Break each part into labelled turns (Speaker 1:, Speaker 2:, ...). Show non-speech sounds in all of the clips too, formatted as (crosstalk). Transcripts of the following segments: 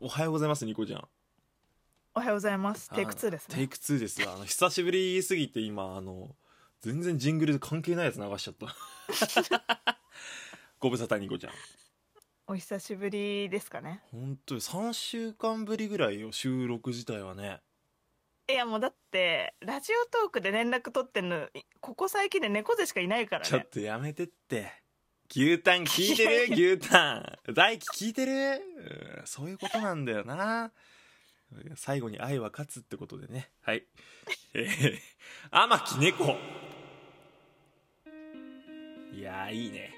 Speaker 1: おはようございます、ニコちゃん。
Speaker 2: おはようございます。テイク2です
Speaker 1: テイ
Speaker 2: ね。
Speaker 1: ク2ですわ。あの、久しぶりすぎて今、あの、全然ジングル関係ないやつ流しちゃった。 (laughs) ご無沙汰、ニコちゃん。
Speaker 2: お久しぶりですかね。
Speaker 1: 本当に3週間ぶりぐらいよ、収録自体はね。
Speaker 2: いやもうだって、ラジオトークで連絡取ってんの、いここ最近で猫背しかいないから
Speaker 1: ちょっ
Speaker 2: ね。
Speaker 1: とやめてって。牛タン聞いてる牛タン。大輝聞いてるうんそういうことなんだよな。最後に愛は勝つってことでね。はい。えー、天木猫。いやー、いいね。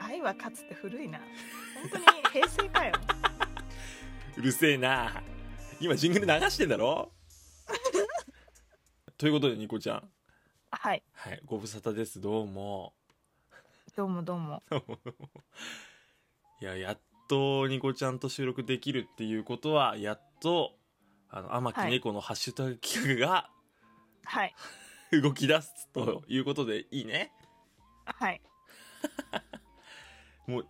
Speaker 2: 愛は勝つって古
Speaker 1: (laughs)
Speaker 2: いな。本当に平成かよ。
Speaker 1: うるせえな。今ジングル流してんだ (laughs) ろということで、ニコちゃん。
Speaker 2: はい。
Speaker 1: はい、ご無沙汰です。どうも。
Speaker 2: どうもどうも。
Speaker 1: いや、やっとニコちゃんと収録できるっていうことは、やっと、あの、天
Speaker 2: は
Speaker 1: 木
Speaker 2: い
Speaker 1: 猫のハッシュタグ企画が (laughs)
Speaker 2: はい。
Speaker 1: 動き出すということで、いいね。
Speaker 2: はい。
Speaker 1: もう、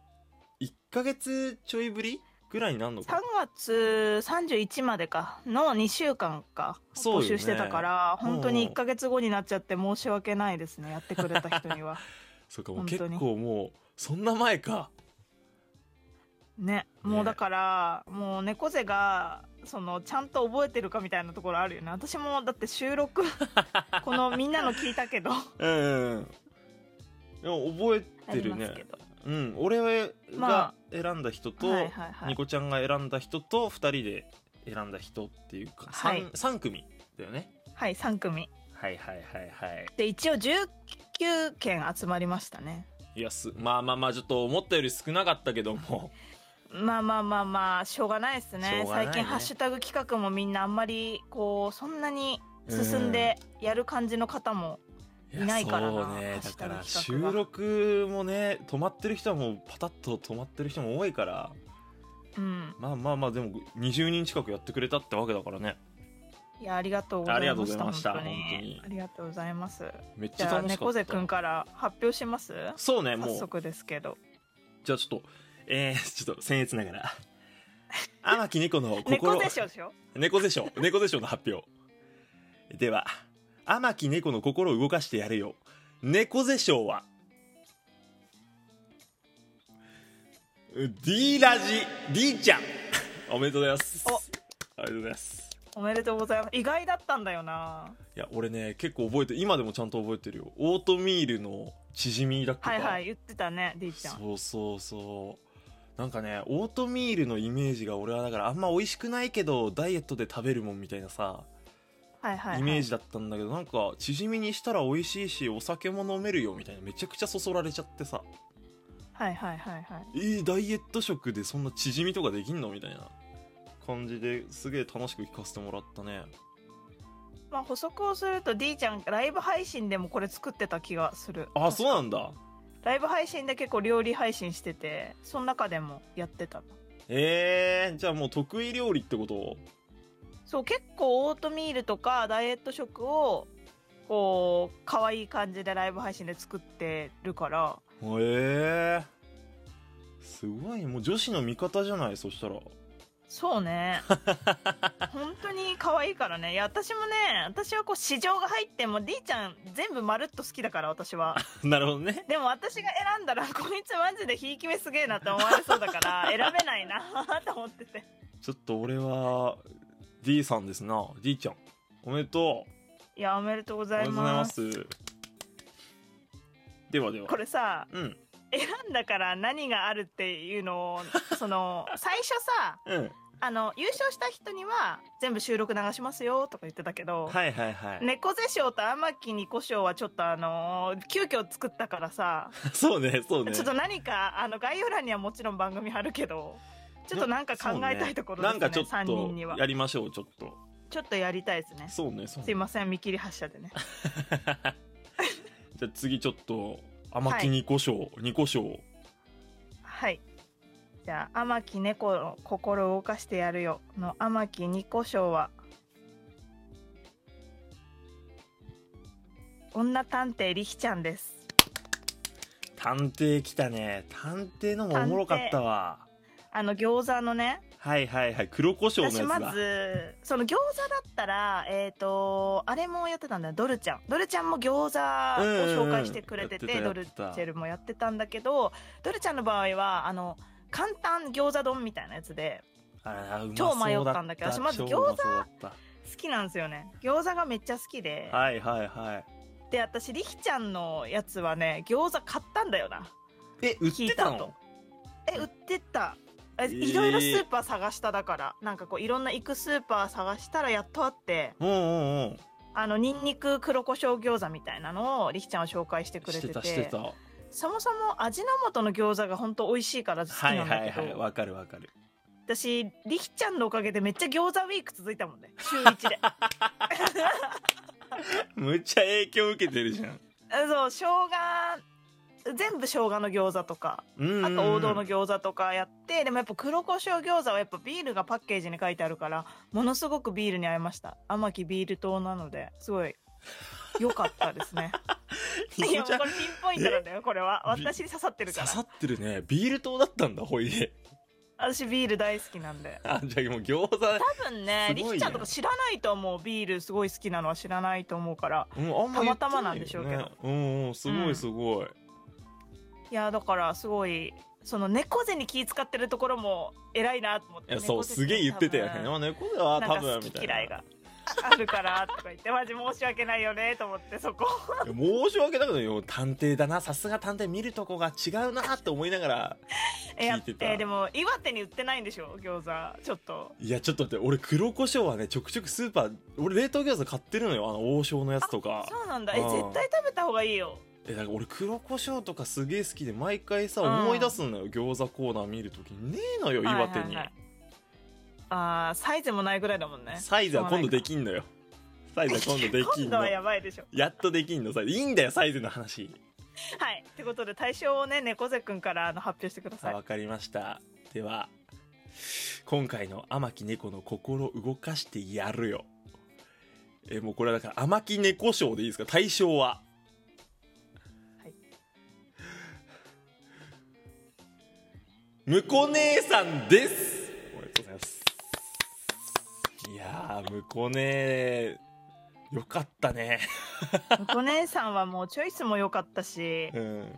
Speaker 1: 1ヶ月ちょいぶりぐらいになるの
Speaker 2: 3
Speaker 1: か。
Speaker 2: 月31までか、の2週間か、
Speaker 1: そうよ
Speaker 2: 募
Speaker 1: ね
Speaker 2: 集してたから、本当
Speaker 1: う
Speaker 2: に
Speaker 1: ん
Speaker 2: 1ヶ月後になっちゃって申し訳ないですね。やってくれた人には。
Speaker 1: そうか、もう
Speaker 2: 本
Speaker 1: 結
Speaker 2: 当に
Speaker 1: 構もう、そんな前か。
Speaker 2: ね、もうだから、もう猫背がそのちゃんと覚えてるかみたいなところあるよね私もだって
Speaker 1: (laughs)
Speaker 2: 収録このみんなの聞いたけど
Speaker 1: うんうんうん。でも覚え
Speaker 2: あ
Speaker 1: て
Speaker 2: り
Speaker 1: る
Speaker 2: ます
Speaker 1: ね
Speaker 2: け。ど、
Speaker 1: うん、俺が
Speaker 2: ま
Speaker 1: 選んだ人と、
Speaker 2: はいはいはい
Speaker 1: ニコちゃんが選んだ人と、2人で選んだ人っていうか、
Speaker 2: はい
Speaker 1: 3, 三組だよね。
Speaker 2: はい3組
Speaker 1: はいはいはいはい
Speaker 2: で一応19件集まりましたね
Speaker 1: いやすまあまあまあちょっと思ったより少なかったけども
Speaker 2: まあまあまあまあしょうがないです
Speaker 1: しょ
Speaker 2: ね
Speaker 1: うがないね
Speaker 2: 最近ハッシュタグ企画もみんなあんまりこうそんなに (laughs) 進んでやる感じの方も
Speaker 1: や
Speaker 2: いないからな
Speaker 1: そうねだから
Speaker 2: ハッシュタグ
Speaker 1: 収
Speaker 2: 企画が
Speaker 1: 録もね止まってる人はもうパタッと止まってる人も多いから
Speaker 2: うん
Speaker 1: まあまあまあでも20人近くやってくれたってわけだからね
Speaker 2: いやありがとうございまし
Speaker 1: ありがとうござ
Speaker 2: た
Speaker 1: いました
Speaker 2: 本当に
Speaker 1: 本当に
Speaker 2: ありがとうございます
Speaker 1: めっち
Speaker 2: じ
Speaker 1: ゃ
Speaker 2: ゃあ
Speaker 1: 楽しか
Speaker 2: 猫
Speaker 1: っ
Speaker 2: 背
Speaker 1: た
Speaker 2: くんから発表します
Speaker 1: そうねも
Speaker 2: 早
Speaker 1: う
Speaker 2: 速ですけど
Speaker 1: じゃあちょっとえー、ちょっと僭越ながら
Speaker 2: (laughs)
Speaker 1: 天木猫の心
Speaker 2: 猫でしょでしょ
Speaker 1: 猫でしょ猫でしょの発表では天木猫の心を動かしてやれよ猫でしょはう D ラジ D ちゃん (laughs) おめでとうございます
Speaker 2: お
Speaker 1: ありがとうございます
Speaker 2: おめでとうございます意外だったんだよない
Speaker 1: や俺ね結構覚えて今でもちゃんと覚えてるよオートミールのチヂミだっけか
Speaker 2: はいはい言ってたね D ちゃん
Speaker 1: そうそうそうなんかねオートミールのイメージが俺はだからあんま美味しくないけどダイエットで食べるもんみたいなさ
Speaker 2: はいはい、はい、
Speaker 1: イメージだったんだけど、なんかチヂミにしたら美味しいしお酒も飲めるよみたいなめちゃくちゃそそられちゃってさ
Speaker 2: はいはいはいはい
Speaker 1: えー、ダイエット食でそんなチヂミとかできんのみたいな感じですげえ楽しく聞かせてもらったね
Speaker 2: まあ補足をすると D ちゃんライブ配信でもこれ作ってた気がする
Speaker 1: あそうなんだ
Speaker 2: ライブ配信で結構料理配信しててその中でもやってた
Speaker 1: えー、じゃあもう得意料理ってこと
Speaker 2: そう結構オートミールとかダイエット食をこう可愛い感じでライブ配信で作ってるから
Speaker 1: えー、すごいもう女子の味方じゃないそしたら
Speaker 2: そうね本当に可愛いからねいや私もね私はこう市場が入っても D ちゃん全部まるっと好きだから
Speaker 1: (laughs)
Speaker 2: 私は
Speaker 1: (laughs) なるほどね
Speaker 2: でも私が選んだらこいつマジでひいき目すげえなって思われそうだか
Speaker 1: (laughs)
Speaker 2: ら選べないなと思ってて
Speaker 1: ちょっと俺は D さんですな D ちゃんおめでとう
Speaker 2: いやおめでとうご
Speaker 1: お
Speaker 2: ざ
Speaker 1: め
Speaker 2: い
Speaker 1: でとうございま
Speaker 2: ます
Speaker 1: すではでは
Speaker 2: これさ
Speaker 1: うん
Speaker 2: 選んだから何があるっていうのをその最初さ
Speaker 1: うん
Speaker 2: あの優勝した人には全部収録流しますよとか言ってたけど、
Speaker 1: はいはいはい。
Speaker 2: 猫背賞と天木二子賞はちょっとあのー急遽作ったからさ、
Speaker 1: (laughs) そうね、そうね。
Speaker 2: ちょっと何かあの概要欄にはもちろん番組あるけどちょっとなんか考えたいところですね
Speaker 1: なんかちょっ
Speaker 2: 3人には
Speaker 1: と、やりましょう、ちょっと。
Speaker 2: ちょっとやりたいですね
Speaker 1: そうね、そう
Speaker 2: す
Speaker 1: ね。
Speaker 2: いません見切り発車でね
Speaker 1: (laughs) じゃあ次ちょっと、甘木二個賞、二個賞。
Speaker 2: はいじゃあ「天木猫の心を動かしてやるよ」の天木二子賞は女探偵りひちゃんです
Speaker 1: 探偵来たね。探偵のもおもろかったわ。
Speaker 2: あの餃子のね
Speaker 1: はいはいはい黒胡椒のやつ
Speaker 2: 私
Speaker 1: だ
Speaker 2: まずその餃子だったらえっ、とあれもやってたんだよドルちゃんドルちゃんも餃子を紹介してくれてて,、
Speaker 1: うんうんうんや
Speaker 2: ド
Speaker 1: って
Speaker 2: ル
Speaker 1: た
Speaker 2: チ
Speaker 1: やってた
Speaker 2: ェルもやってたんだけどドルちゃんの場合はあの簡単餃子丼みたいなやつで
Speaker 1: あーうま
Speaker 2: 超迷
Speaker 1: そう
Speaker 2: っ
Speaker 1: だ
Speaker 2: たんだけど私まず
Speaker 1: 超
Speaker 2: 餃
Speaker 1: う
Speaker 2: 子
Speaker 1: まそうだった
Speaker 2: 好きなんですよね餃子がめっちゃ好きで、
Speaker 1: はいはいはい
Speaker 2: で私りひちゃんのやつはね餃子買ったんだよな
Speaker 1: え売っ
Speaker 2: 聞い
Speaker 1: て
Speaker 2: た
Speaker 1: た
Speaker 2: と
Speaker 1: の
Speaker 2: え売ってたえ
Speaker 1: えー
Speaker 2: いろいろスーパー探しただからなんかこういろんな行くスーパー探したらやっとあって
Speaker 1: うんうんうん
Speaker 2: あのニンニク黒胡椒餃子みたいなのをりきちゃんは紹介してくれ
Speaker 1: してて
Speaker 2: て
Speaker 1: たしてたは
Speaker 2: そもそも味の素の餃子が本当美味しいから好き
Speaker 1: い
Speaker 2: なんだ
Speaker 1: はい
Speaker 2: けど、
Speaker 1: はいわかるわかる
Speaker 2: 私りきちゃんのおかげでめっちゃ餃子ウィーク続いたも
Speaker 1: (laughs)
Speaker 2: んね週1で (laughs)
Speaker 1: むっちゃ影響受けてるじゃん
Speaker 2: あそう生姜全部生姜の餃子とか
Speaker 1: うん
Speaker 2: あと王道の
Speaker 1: 餃
Speaker 2: 餃子とかやってでもやっぱ黒胡椒餃子はやっぱビールがパッケージに書いてあるからものすごくビールに合いました甘きビール糖なのですごい良かったですねいやもうこれピンポイントなんだよこれは
Speaker 1: ビ
Speaker 2: 私に刺さってるか
Speaker 1: 刺
Speaker 2: ら
Speaker 1: さってるねビール糖だったんだほいで
Speaker 2: 私ビール大好きなんで
Speaker 1: あじゃあもう餃子
Speaker 2: 多分ね
Speaker 1: すごい
Speaker 2: り
Speaker 1: ね
Speaker 2: きちゃんとか知らないと思うビールすごい好きなのは知らないと思うから
Speaker 1: うんあんま言っていよね
Speaker 2: たまたまなんでしょうけど
Speaker 1: うんうんすごいすごい、
Speaker 2: いやだからすごいその猫背に気使ってるところも偉いなと思って
Speaker 1: いやそう
Speaker 2: 猫背
Speaker 1: すげえ言ってたよ
Speaker 2: 多
Speaker 1: ね
Speaker 2: 分
Speaker 1: まあ猫では
Speaker 2: な
Speaker 1: 多
Speaker 2: んか
Speaker 1: 分
Speaker 2: 好
Speaker 1: みた
Speaker 2: き
Speaker 1: いな
Speaker 2: 嫌いがあるからとか言ってマジ申し訳ないよねと思ってそこ
Speaker 1: いや申し訳なくないよ探偵だなさすが探偵見るとこが違うなって思いながら
Speaker 2: え
Speaker 1: (laughs)
Speaker 2: や
Speaker 1: 聞いてた
Speaker 2: えでも岩手に売ってないんでしょ餃子ちょっと
Speaker 1: いやちょっと待って俺黒胡椒はねちょくちょくスーパー俺冷凍餃子買ってるのよあの王将のやつとか
Speaker 2: そうなんだえ
Speaker 1: うん
Speaker 2: 絶対食べた方がいいよ
Speaker 1: えなんか俺黒胡椒とかすげえ好きで毎回さ
Speaker 2: うん
Speaker 1: 思い出すのよ、餃子コーナー見るときねえのよ岩手に、
Speaker 2: はいはいはいあーサイズもないぐらいだもんね
Speaker 1: サイズは今度できんのよサイズは今度できん
Speaker 2: (laughs) 今度
Speaker 1: の
Speaker 2: はやばいでしょ
Speaker 1: やっとできんのサイズいいんだよサイズの話
Speaker 2: はいってことで対象をね猫背くんからあの発表してくだ
Speaker 1: さ
Speaker 2: さ
Speaker 1: あ
Speaker 2: い
Speaker 1: わかりましたでは今回の「天木猫の心動かしてやるよ」えもうこれはだから天木猫賞でいいですか対象は
Speaker 2: はい
Speaker 1: むこ姉さんですおめでとうございますいやーむこ姉よかったね
Speaker 2: お姉さんはもうチョイスも良かったし
Speaker 1: うん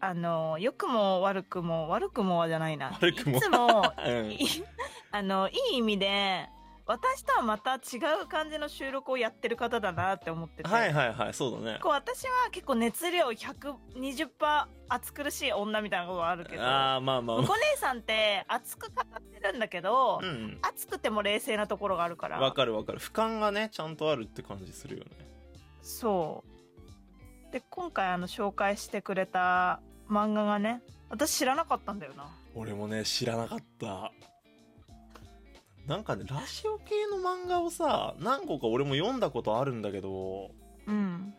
Speaker 2: あの良くも悪くも悪くもはじゃないな
Speaker 1: 悪くも
Speaker 2: いつも
Speaker 1: うん
Speaker 2: い (laughs) あのいい意味で私とはまた違う感じの収録をやってる方だなって思ってて、
Speaker 1: はいはいはいそうだね
Speaker 2: こう私は結構熱量120%暑苦しい女みたいなことはあるけど
Speaker 1: ああまあまあ
Speaker 2: 向
Speaker 1: ま
Speaker 2: こう姉さんって熱く語ってるんだけど、
Speaker 1: あうん
Speaker 2: 熱くても冷静なところがあるから
Speaker 1: わかるわかる俯瞰がねちゃんとあるって感じするよね
Speaker 2: そうで今回あの紹介してくれた漫画がね私知らなかったんだよな
Speaker 1: 俺もね知らなかったなんかねラジオ系の漫画をさ何個か俺も読んだことあるんだけど
Speaker 2: うん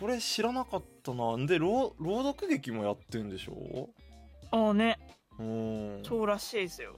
Speaker 1: これ知らなかったなんで朗朗読劇もやってんでしょ
Speaker 2: ああね
Speaker 1: うん
Speaker 2: そうらしいですよ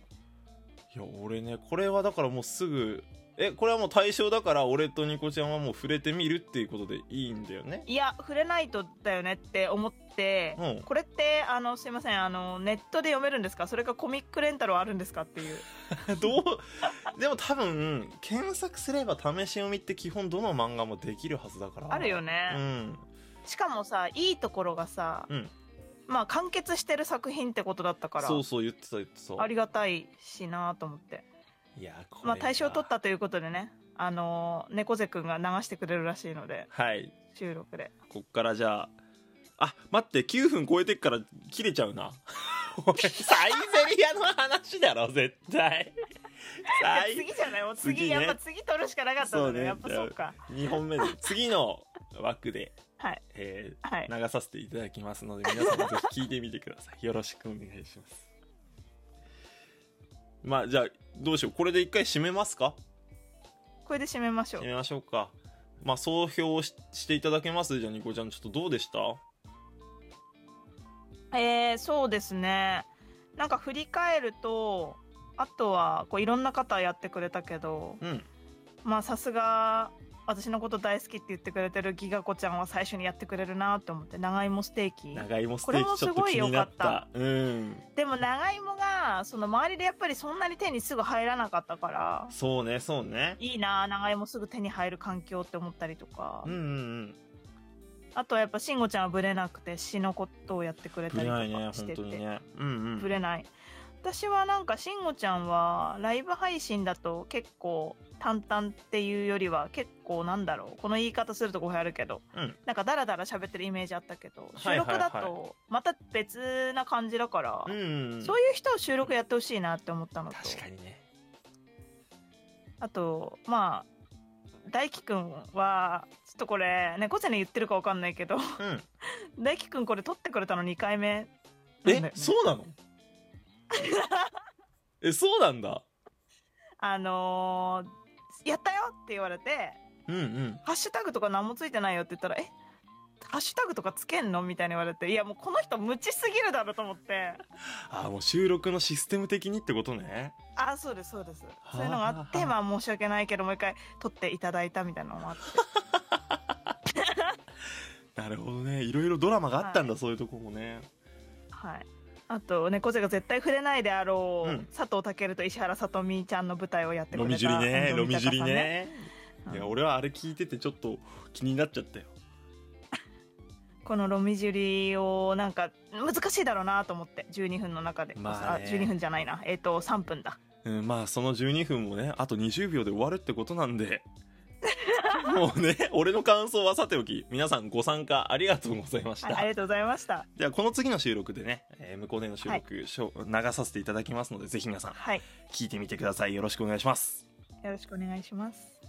Speaker 1: いや俺ねこれはだからもうすぐえこれはもう対象だから俺とニコちゃんはもう触れてみるっていうことでいいんだよね
Speaker 2: いや触れないとだよねって思って、
Speaker 1: うん
Speaker 2: これってあのすいませんあのネットで読めるんですかそれかコミックレンタルはあるんですかっていう
Speaker 1: (laughs) どうでも多分検索すれば試し読みって基本どの漫画もできるはずだから
Speaker 2: あるよね
Speaker 1: うん
Speaker 2: しかもさいいところがさ、
Speaker 1: うん
Speaker 2: まあ完結してる作品ってことだったから
Speaker 1: そうそう言ってた言ってた
Speaker 2: ありがたいしなと思って
Speaker 1: いやこれ
Speaker 2: まあ大賞取ったたということでねあのー猫背くんが流してくれるらしいので
Speaker 1: はい
Speaker 2: 収録で
Speaker 1: こっからじゃああ待って9分超えてっから切れちゃうな (laughs) 俺サイゼリアの話だろ絶対サ
Speaker 2: (laughs) いや
Speaker 1: イ
Speaker 2: 次じゃないもう次
Speaker 1: 次ね
Speaker 2: やっぱ次取るしかなかったん
Speaker 1: そ
Speaker 2: だ
Speaker 1: う
Speaker 2: ね
Speaker 1: ね
Speaker 2: やっぱそうか
Speaker 1: 2本目で次の枠で、
Speaker 2: はい
Speaker 1: え
Speaker 2: はい
Speaker 1: ー流させていただきますので皆さんもぜひ聞いてみてくださいよろしくお願いしますまあじゃあどうしようこれで一回締めますか
Speaker 2: これで締めましょ
Speaker 1: 締
Speaker 2: う
Speaker 1: めましょうかまあ総評をししていただけますじゃあニコちゃんちょっとどうでした
Speaker 2: えー、そうですねなんか振り返るとあとはこういろんな方やってくれたけど
Speaker 1: うん
Speaker 2: まあさすが私のこと大好きって言ってくれてるギガ子ちゃんは最初にやってくれるなと思って長芋ステーキ
Speaker 1: 長芋ステーキちょっと気になったうん
Speaker 2: でも長芋がその周りでやっぱりそんなに手にすぐ入らなかったから
Speaker 1: そうねそうね
Speaker 2: いいな長芋すぐ手に入る環境って思ったりとか、
Speaker 1: うんうんうん
Speaker 2: あとはやっぱ慎吾ちゃんはブレなくて詩のことをやってくれた
Speaker 1: ぶ
Speaker 2: り
Speaker 1: れ
Speaker 2: と
Speaker 1: ないね
Speaker 2: かし
Speaker 1: 本
Speaker 2: て
Speaker 1: 当
Speaker 2: て
Speaker 1: にねうんうん
Speaker 2: ぶれない私はなんか慎吾ちゃんはライブ配信だと結構淡々っていうよりは結構なんだろうこの言い方すると語弊あるけど、
Speaker 1: うん
Speaker 2: なんかダラダラ喋ってるイメージあったけど
Speaker 1: は
Speaker 2: 収
Speaker 1: いはい
Speaker 2: 録だ
Speaker 1: はい
Speaker 2: とまた別な感じだから、
Speaker 1: うんうん
Speaker 2: そういう人を収録やってほしいなって思ったのと
Speaker 1: 確かにね
Speaker 2: あとまあ大輝くんはちょっとこれ猫ちゃんに言ってるかわかんないけど (laughs)
Speaker 1: うん
Speaker 2: 大輝くんこれ撮ってくれたの2回目なんだよ
Speaker 1: え
Speaker 2: ね
Speaker 1: そうなのえそうなんだ
Speaker 2: あのーやったよって言われて
Speaker 1: うんうん
Speaker 2: ハッシュタグとか何もついてないよって言ったら、えハッシュタグとかつけんのみたいに言われて、いやもうこの人無知すぎるだろと思
Speaker 1: (laughs)
Speaker 2: って。
Speaker 1: あもう収録のシステム的にってことね
Speaker 2: あ、そうです、そうです。
Speaker 1: あ
Speaker 2: そういうのがあって、まあ申し訳ないけど、もう一回撮っていただいたみたいなのもあって。
Speaker 1: なるほどねいろいろドラマがあったんだ、そういうとこもね
Speaker 2: はい。あと、猫背が絶対触れないであろう、
Speaker 1: うん
Speaker 2: 佐藤健と石原さとみちゃんの舞台をやってく
Speaker 1: ロ
Speaker 2: れた。
Speaker 1: ミジュリねロ
Speaker 2: 遠藤
Speaker 1: ミ
Speaker 2: 美
Speaker 1: ジュ
Speaker 2: 香
Speaker 1: リ
Speaker 2: さん。
Speaker 1: ね
Speaker 2: うん
Speaker 1: いや俺はあれ聞いててちょっと気になっちゃったよ
Speaker 2: このロミジュリをなんか難しいだろうなと思って、12分の中で。
Speaker 1: まあね
Speaker 2: 12分じゃないな。えっ、と、3分だ。
Speaker 1: うん、まあその12分もねあと20秒で終わるってことなん
Speaker 2: (laughs)
Speaker 1: でもうね俺の感想はさておき皆さんご参加ありがとうございました、
Speaker 2: はい、ありがとうございました。
Speaker 1: ではこの次の収録でね、えー向こうでの収録、しょ流させていただきますのでぜひ皆さん
Speaker 2: はい。
Speaker 1: 聞いてみてくださいよろしくお願いします
Speaker 2: よろしくお願いします。